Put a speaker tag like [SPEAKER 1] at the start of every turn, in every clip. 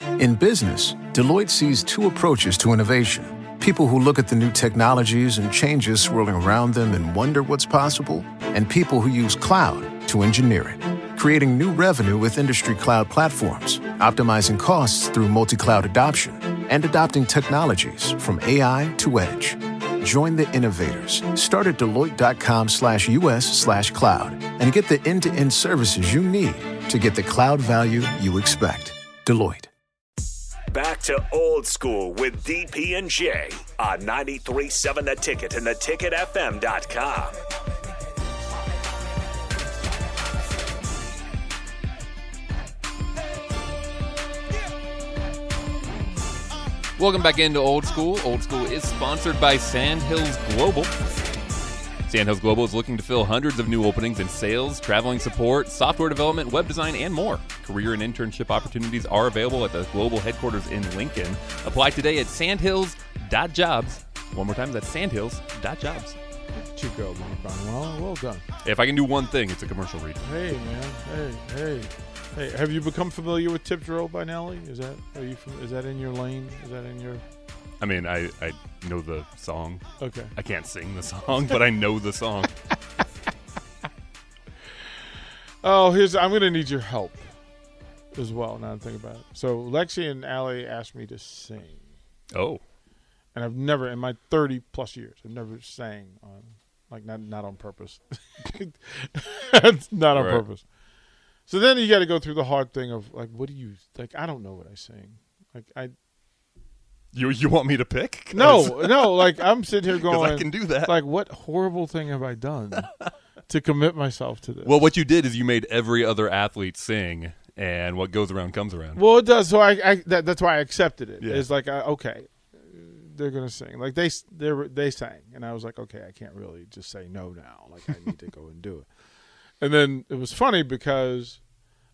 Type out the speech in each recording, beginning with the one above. [SPEAKER 1] In business, Deloitte sees two approaches to innovation people who look at the new technologies and changes swirling around them and wonder what's possible, and people who use cloud to engineer it, creating new revenue with industry cloud platforms, optimizing costs through multi cloud adoption, and adopting technologies from AI to edge. Join the innovators. Start at Deloitte.com slash US slash cloud and get the end to end services you need to get the cloud value you expect. Deloitte.
[SPEAKER 2] Back to old school with DP and J on 93.7 The Ticket and theticketfm.com.
[SPEAKER 3] Welcome back into Old School. Old School is sponsored by Sandhills Global. Sandhills Global is looking to fill hundreds of new openings in sales, traveling support, software development, web design, and more. Career and internship opportunities are available at the global headquarters in Lincoln. Apply today at sandhills.jobs. One more time, that's sandhills.jobs.
[SPEAKER 4] to go, Mark Bonwell. Well done.
[SPEAKER 3] If I can do one thing, it's a commercial read.
[SPEAKER 4] Hey, man. Hey, hey, hey. Have you become familiar with Tip Drill by Nelly? Is that are you? From, is that in your lane? Is that in your?
[SPEAKER 3] I mean, I, I know the song.
[SPEAKER 4] Okay.
[SPEAKER 3] I can't sing the song, but I know the song.
[SPEAKER 4] Oh, here's. I'm gonna need your help as well. Now that I think about it. So Lexi and Allie asked me to sing,
[SPEAKER 3] Oh,
[SPEAKER 4] and I've never in my 30 plus years I've never sang on like not not on purpose. not on
[SPEAKER 3] Right.
[SPEAKER 4] purpose. So then you got to go through the hard thing of like, what do you like? I don't know what I sing. Like I
[SPEAKER 3] you you want me to pick? 'Cause-
[SPEAKER 4] No, no. Like I'm sitting here
[SPEAKER 3] 'cause
[SPEAKER 4] going,
[SPEAKER 3] I can do that.
[SPEAKER 4] like, what horrible thing have I done to commit myself to this?
[SPEAKER 3] Well, what you did is you made every other athlete sing, and what goes around comes around.
[SPEAKER 4] well, it does. So I, I that, that's why I accepted it.
[SPEAKER 3] Yeah.
[SPEAKER 4] It's like, I, okay, they're gonna sing. Like they, s- they, were- they sang, and I was like, okay, I can't really just say no now. Like I need to go and do it. And then it was funny because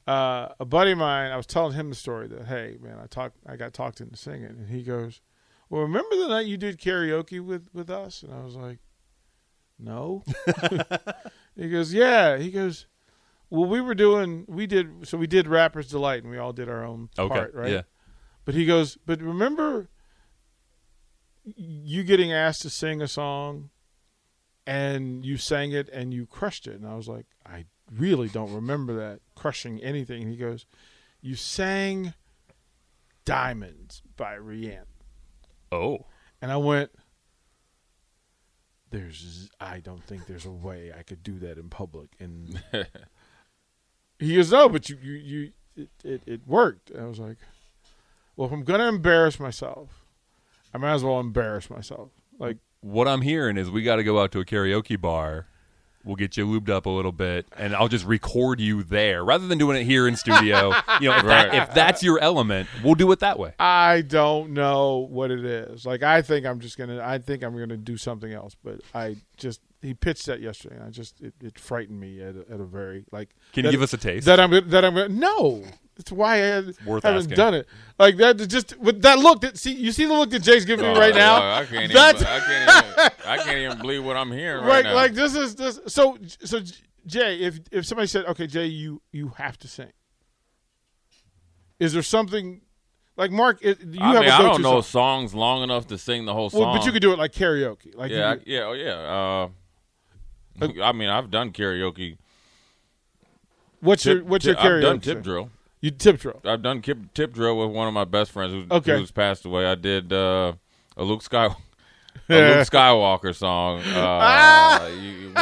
[SPEAKER 4] uh, a buddy of mine, I was telling him the story that, hey, man, I talked, I got talked into singing, and he goes, well, remember the night you did karaoke with with us? And I was like, no. he goes, yeah. He goes, well, we were doing, we did, so we did Rapper's Delight, and we all did our own
[SPEAKER 3] okay,
[SPEAKER 4] part, right?
[SPEAKER 3] yeah,
[SPEAKER 4] But he goes, but remember you getting asked to sing a song and you sang it and you crushed it. And I was like, I really don't remember that crushing anything. And he goes, you sang Diamonds by Rihanna.
[SPEAKER 3] Oh,
[SPEAKER 4] And I went, there's, I don't think there's a way I could do that in public. And he goes, no, but you, you, you it, it, it worked. And I was like, well, if I'm going to embarrass myself, I might as well embarrass myself. Like,
[SPEAKER 3] what I'm hearing is we got to go out to a karaoke bar. We'll get you lubed up a little bit, and I'll just record you there rather than doing it here in studio. you know, if, that, if that's your element, we'll do it that way.
[SPEAKER 4] I don't know what it is. Like, I think I'm just going to, I think I'm going to do something else. But I just, he pitched that yesterday and I just, it, it frightened me at a, at a very, like,
[SPEAKER 3] Can
[SPEAKER 4] that-
[SPEAKER 3] you give us a taste?
[SPEAKER 4] that I'm that I'm no. That's why I had,
[SPEAKER 3] worth
[SPEAKER 4] haven't
[SPEAKER 3] asking.
[SPEAKER 4] done it. Like that is just with that look that see you see the look that Jake's giving me right
[SPEAKER 5] Oh,
[SPEAKER 4] now.
[SPEAKER 5] I can't,
[SPEAKER 4] That's-
[SPEAKER 5] even, I, can't even, I can't even believe what I'm hearing right,
[SPEAKER 4] right,
[SPEAKER 5] now.
[SPEAKER 4] like this is this. So so Jay, if if somebody said, okay, Jay, you you have to sing. Is there something like Mark? It, you
[SPEAKER 5] I
[SPEAKER 4] have
[SPEAKER 5] mean,
[SPEAKER 4] a
[SPEAKER 5] I
[SPEAKER 4] go-to
[SPEAKER 5] don't know
[SPEAKER 4] song.
[SPEAKER 5] songs long enough to sing the whole song.
[SPEAKER 4] Well, but you could do it like karaoke. Like
[SPEAKER 5] yeah,
[SPEAKER 4] yeah,
[SPEAKER 5] I, yeah, oh yeah. Uh, I mean, I've done karaoke.
[SPEAKER 4] what's your
[SPEAKER 5] Tip-
[SPEAKER 4] what's
[SPEAKER 5] tip-
[SPEAKER 4] your karaoke?
[SPEAKER 5] I've done
[SPEAKER 4] song?
[SPEAKER 5] tip drill.
[SPEAKER 4] You tip drill.
[SPEAKER 5] I've done kip, tip drill with one of my best friends who's,
[SPEAKER 4] Okay.
[SPEAKER 5] who's passed away. I did uh, a Luke Sky, a Luke Skywalker song. Uh, you-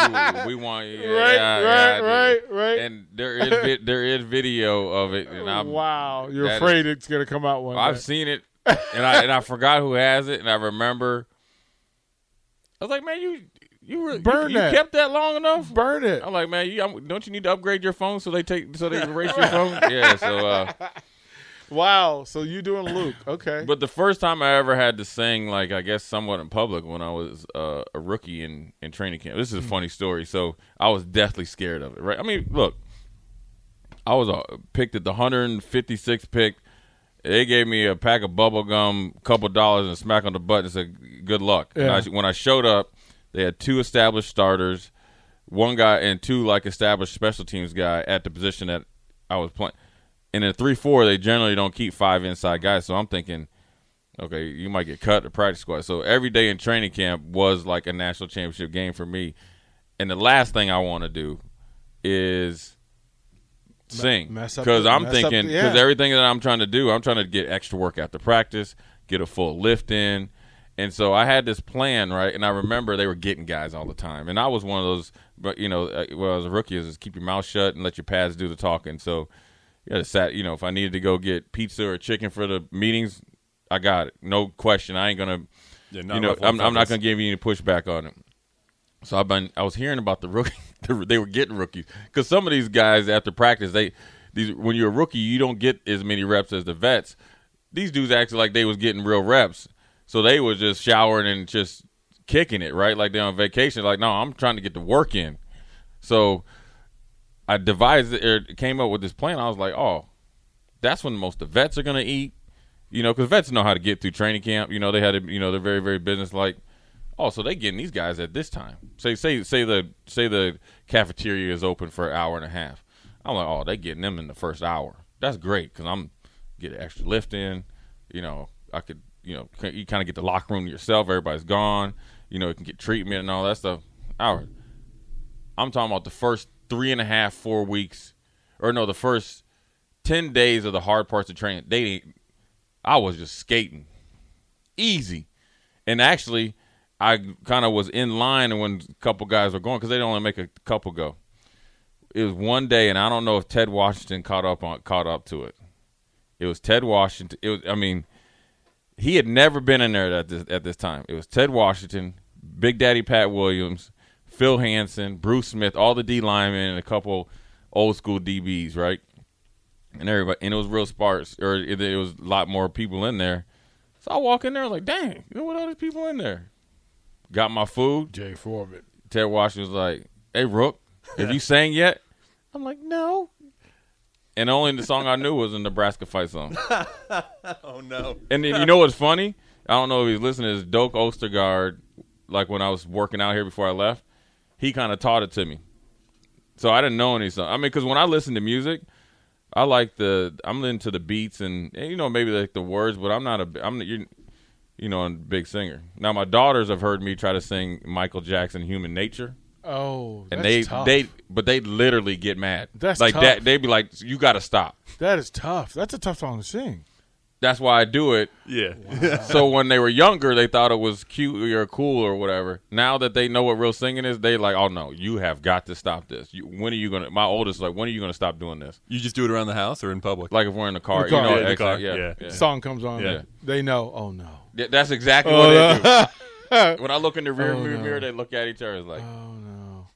[SPEAKER 5] we, we want yeah,
[SPEAKER 4] Ah! Right,
[SPEAKER 5] yeah,
[SPEAKER 4] right,
[SPEAKER 5] yeah, I did.
[SPEAKER 4] right, right.
[SPEAKER 5] And there is vi- there is video of it, and I'm
[SPEAKER 4] wow, you're
[SPEAKER 5] that is-
[SPEAKER 4] afraid it's gonna come out one.
[SPEAKER 5] Oh, I've
[SPEAKER 4] day.
[SPEAKER 5] seen it, and I and I forgot who has it, and I remember. I was like, man, you you were
[SPEAKER 4] Burn
[SPEAKER 5] you,
[SPEAKER 4] that.
[SPEAKER 5] kept that long enough.
[SPEAKER 4] Burn it.
[SPEAKER 5] I'm like, man, you I'm, don't you need to upgrade your phone so they take so they erase your phone? Yeah. So, uh,
[SPEAKER 4] Wow. So you doing Luke? Okay.
[SPEAKER 5] but the first time I ever had to sing, like I guess somewhat in public, when I was uh, a rookie in in training camp. This is a
[SPEAKER 4] Hmm.
[SPEAKER 5] funny story. So I was deathly scared of it. Right. I mean, look, I was uh, picked at the 156 pick. They gave me a pack of bubble gum, couple dollars, and a smack on the butt and said, "Good luck." And I,
[SPEAKER 4] Yeah.
[SPEAKER 5] when I showed up, they had two established starters, one guy and two like established special teams guy at the position that I was playing. And in three four, they generally don't keep five inside guys. So I'm thinking, okay, you might get cut to practice squad. So every day in training camp was like a national championship game for me. And the last thing I want to do is sing
[SPEAKER 4] mess up
[SPEAKER 5] because
[SPEAKER 4] the-
[SPEAKER 5] I'm
[SPEAKER 4] mess up
[SPEAKER 5] thinking
[SPEAKER 4] the-
[SPEAKER 5] because
[SPEAKER 4] yeah.
[SPEAKER 5] everything that I'm trying to do, I'm trying to get extra work after practice, get a full lift in. And so I had this plan, right? And I remember they were getting guys all the time. And I was one of those, but you know, uh, well, as a rookie, is just keep your mouth shut and let your pads do the talking. So, yeah, sat, you know, if I needed to go get pizza or chicken for the meetings, I got it. No question. I ain't going to,
[SPEAKER 3] Yeah,
[SPEAKER 5] you know, I'm, I'm not going to give you any pushback on it. So I've been I was hearing about the rookie the, they were getting rookies because some of these guys after practice they these when you're a rookie you don't get as many reps as the vets. These dudes acted like they was getting real reps, so they was just showering and just kicking it right like they're on vacation. Like no, I'm trying to get the work in. So I devised it, or came up with this plan. I was like, oh, that's when most of the vets are gonna eat, you know, because vets know how to get through training camp. You know, they had, to, you know, they're very, very businesslike. Oh, so they getting these guys at this time. Say, say, say the say the cafeteria is open for an hour and a half. I'm like, oh, they getting them in the first hour. That's great because I'm getting extra lift in. You know, I could, you know, c- you kind of get the locker room to yourself. Everybody's gone. You know, you can get treatment and all that stuff. Hour. I'm talking about the first three and a half, four weeks, or no, the first ten days of the hard parts of training. They, ain't- I was just skating, easy, and actually, I kind of was in line when a couple guys were going because they'd only make a couple go. It was one day, and I don't know if Ted Washington caught up on caught up to it. It was Ted Washington. It was, I mean, he had never been in there at this at this time. It was Ted Washington, Big Daddy Pat Williams, Phil Hansen, Bruce Smith, all the D linemen, and a couple old school DBs, right? And everybody, and it was real sparse, or it, it was a lot more people in there. So I walk in there, I was like, dang, you know what? All these people in there. Got my food.
[SPEAKER 4] Jay Foreman.
[SPEAKER 5] Ted Washington was like, "Hey, Rook, have you sang yet?" I'm like, "No." And only the song I knew was a Nebraska fight song. oh no! And then you know what's funny? I don't know if he's listening. Is Doak Ostergaard? Like when I was working out here before I left, he kind of taught it to me. So I didn't know any song. I mean, because when I listen to music, I like the I'm into the beats and, and you know maybe like the words, but I'm not a I'm you you know a big singer. Now my daughters have heard me try to sing Michael Jackson Human Nature
[SPEAKER 4] Oh,
[SPEAKER 5] and
[SPEAKER 4] that's
[SPEAKER 5] they
[SPEAKER 4] tough.
[SPEAKER 5] they but they literally get mad.
[SPEAKER 4] That's
[SPEAKER 5] like
[SPEAKER 4] tough.
[SPEAKER 5] that. They'd be like, "You got to stop."
[SPEAKER 4] that is tough. That's a tough song to sing.
[SPEAKER 5] That's why I do it.
[SPEAKER 3] Yeah.
[SPEAKER 5] so when they were younger, they thought it was cute or cool or whatever. Now that they know what real singing is, they like, "Oh no, you have got to stop this. You, when are you gonna?" My oldest like, "When are you gonna stop doing this?"
[SPEAKER 3] You just do it around the house or in public.
[SPEAKER 5] Like if we're in the car,
[SPEAKER 4] The car.
[SPEAKER 5] you know,
[SPEAKER 4] Yeah,
[SPEAKER 3] the
[SPEAKER 5] ex-
[SPEAKER 3] car,
[SPEAKER 5] yeah,
[SPEAKER 3] yeah.
[SPEAKER 5] yeah.
[SPEAKER 4] Song comes on.
[SPEAKER 3] Yeah.
[SPEAKER 4] They know. Oh no.
[SPEAKER 5] Th- That's exactly what they do. when I look in the rear
[SPEAKER 4] Oh,
[SPEAKER 5] mirror,
[SPEAKER 4] no.
[SPEAKER 5] mirror, they look at each other it's like,
[SPEAKER 4] Oh no.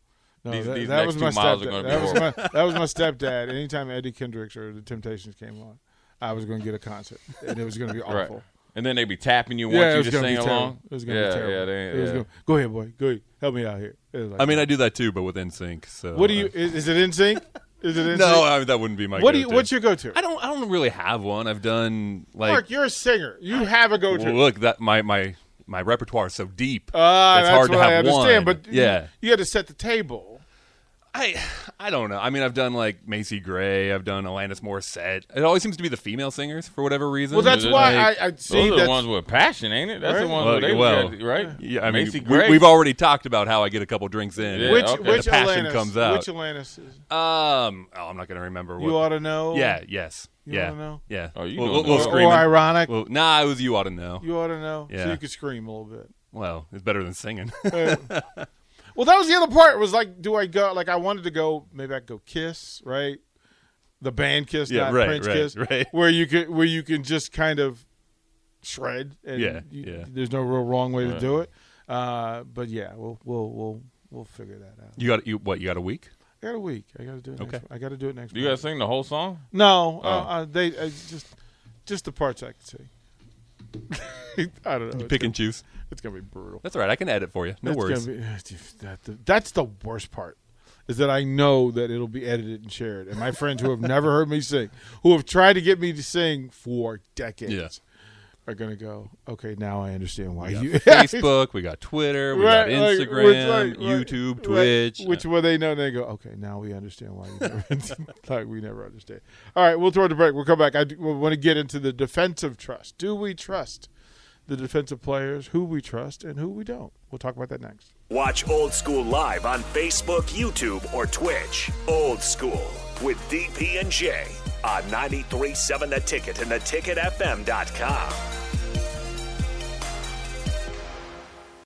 [SPEAKER 4] No,
[SPEAKER 5] These-
[SPEAKER 4] that,
[SPEAKER 5] these
[SPEAKER 4] that
[SPEAKER 5] next
[SPEAKER 4] was
[SPEAKER 5] two
[SPEAKER 4] my
[SPEAKER 5] miles are
[SPEAKER 4] stepdad.
[SPEAKER 5] gonna be
[SPEAKER 4] that was my that was my stepdad. Anytime Eddie Kendricks or the Temptations came on, I was going to get a concert, and it was going to be
[SPEAKER 5] right.
[SPEAKER 4] Oh, awful.
[SPEAKER 5] And then they be tapping you
[SPEAKER 4] Yeah, it
[SPEAKER 5] once
[SPEAKER 4] was
[SPEAKER 5] you just
[SPEAKER 4] going
[SPEAKER 5] sing
[SPEAKER 4] to be terrible.
[SPEAKER 5] along.
[SPEAKER 4] It was going to
[SPEAKER 5] yeah,
[SPEAKER 4] be terrible.
[SPEAKER 5] Yeah, they,
[SPEAKER 4] It was
[SPEAKER 5] yeah.
[SPEAKER 4] Gonna, go ahead, boy. Go ahead. Help me out here. It was like-
[SPEAKER 3] I mean, I do that too, but with NSYNC. So
[SPEAKER 4] what do you?
[SPEAKER 3] uh,
[SPEAKER 4] Is, is it in sync? Is it in
[SPEAKER 3] No, I, that wouldn't be my.
[SPEAKER 4] What do you?
[SPEAKER 3] go-to.
[SPEAKER 4] What's your go-to?
[SPEAKER 3] I don't. I don't really have one. I've done like
[SPEAKER 4] Mark, you're a singer. You have a go-to.
[SPEAKER 3] Well, look, that my my my repertoire is so deep.
[SPEAKER 4] Ah,
[SPEAKER 3] it's
[SPEAKER 4] that's
[SPEAKER 3] hard to
[SPEAKER 4] what
[SPEAKER 3] have
[SPEAKER 4] I understand,
[SPEAKER 3] one.
[SPEAKER 4] but
[SPEAKER 3] yeah,
[SPEAKER 4] you, you had to set the table.
[SPEAKER 3] I I don't know. I mean, I've done like Macy Gray. I've done Alanis Morissette. It always seems to be the female singers for whatever reason.
[SPEAKER 4] Well, that's
[SPEAKER 5] it
[SPEAKER 4] why
[SPEAKER 3] like-
[SPEAKER 4] I, I
[SPEAKER 5] Those
[SPEAKER 4] see
[SPEAKER 5] are the
[SPEAKER 4] that.
[SPEAKER 5] ones with passion, ain't it? That's the
[SPEAKER 4] Right.
[SPEAKER 5] ones
[SPEAKER 3] Well,
[SPEAKER 5] where they
[SPEAKER 3] well,
[SPEAKER 5] got- right?
[SPEAKER 3] yeah, I mean,
[SPEAKER 5] Macy
[SPEAKER 3] we-
[SPEAKER 5] Gray.
[SPEAKER 3] we've already talked about how I get a couple drinks in.
[SPEAKER 5] Yeah,
[SPEAKER 4] which
[SPEAKER 5] okay.
[SPEAKER 4] which
[SPEAKER 3] The passion
[SPEAKER 4] Alanis,
[SPEAKER 3] comes out.
[SPEAKER 4] Which Alanis? Is,
[SPEAKER 3] um, oh, I'm not gonna remember what.
[SPEAKER 4] you ought to know.
[SPEAKER 3] yeah. Yes.
[SPEAKER 4] You
[SPEAKER 3] yeah.
[SPEAKER 4] oughta know.
[SPEAKER 3] Yeah.
[SPEAKER 5] Oh, you
[SPEAKER 3] Well,
[SPEAKER 5] know
[SPEAKER 3] we'll,
[SPEAKER 5] that.
[SPEAKER 3] we'll
[SPEAKER 5] Or-
[SPEAKER 4] Or,
[SPEAKER 3] scream.
[SPEAKER 4] or
[SPEAKER 3] it.
[SPEAKER 4] ironic.
[SPEAKER 3] Well, nah, it was you ought to know.
[SPEAKER 4] you ought to know. So
[SPEAKER 3] Yeah.
[SPEAKER 4] you could scream a little bit.
[SPEAKER 3] Well, it's better than singing.
[SPEAKER 4] Well, that was the other part. Was like, do I go? Like, I wanted to go. Maybe I could go Kiss, right? The band Kiss,
[SPEAKER 3] Yeah,
[SPEAKER 4] not
[SPEAKER 3] right,
[SPEAKER 4] Prince
[SPEAKER 3] right,
[SPEAKER 4] Kiss,
[SPEAKER 3] right.
[SPEAKER 4] where you could where you can just kind of shred. And
[SPEAKER 3] Yeah,
[SPEAKER 4] you-
[SPEAKER 3] yeah.
[SPEAKER 4] There's no real wrong way to do it. Uh, but yeah, we'll we'll we'll we'll figure that out.
[SPEAKER 3] you got you what? You got a week?
[SPEAKER 4] I got a week. I got to do it.
[SPEAKER 3] Okay.
[SPEAKER 4] Next, I got to do it next.
[SPEAKER 5] Do you guys
[SPEAKER 4] Monday.
[SPEAKER 5] sing the whole song?
[SPEAKER 4] No, uh,
[SPEAKER 3] Oh.
[SPEAKER 4] uh, they uh, just just the parts I can see. I don't know. It's
[SPEAKER 3] Pick
[SPEAKER 4] gonna-
[SPEAKER 3] and choose.
[SPEAKER 4] It's gonna be brutal.
[SPEAKER 3] That's all right. I can edit for you. No
[SPEAKER 4] That's
[SPEAKER 3] worries.
[SPEAKER 4] gonna be- that- that- that's the worst part, is that I know that it'll be edited and shared, and my friends who have never heard me sing, who have tried to get me to sing for decades, are going to go, okay, now I understand why you.
[SPEAKER 3] Facebook, we got Twitter, we got
[SPEAKER 4] Right, like, which,
[SPEAKER 3] Instagram,
[SPEAKER 4] like, right,
[SPEAKER 3] YouTube,
[SPEAKER 4] right,
[SPEAKER 3] Twitch. uh,
[SPEAKER 4] which where they know, they go, okay, now we understand why you never, like we never understand. All right, we'll throw the break. We'll come back. I do, we want to get into the defensive trust. Do we trust the defensive players? Who we trust and who we don't? We'll talk about that next.
[SPEAKER 2] Watch Old School live on Facebook, YouTube, or Twitch. Old School with DP and J on 937 The Ticket and theticketfm.com.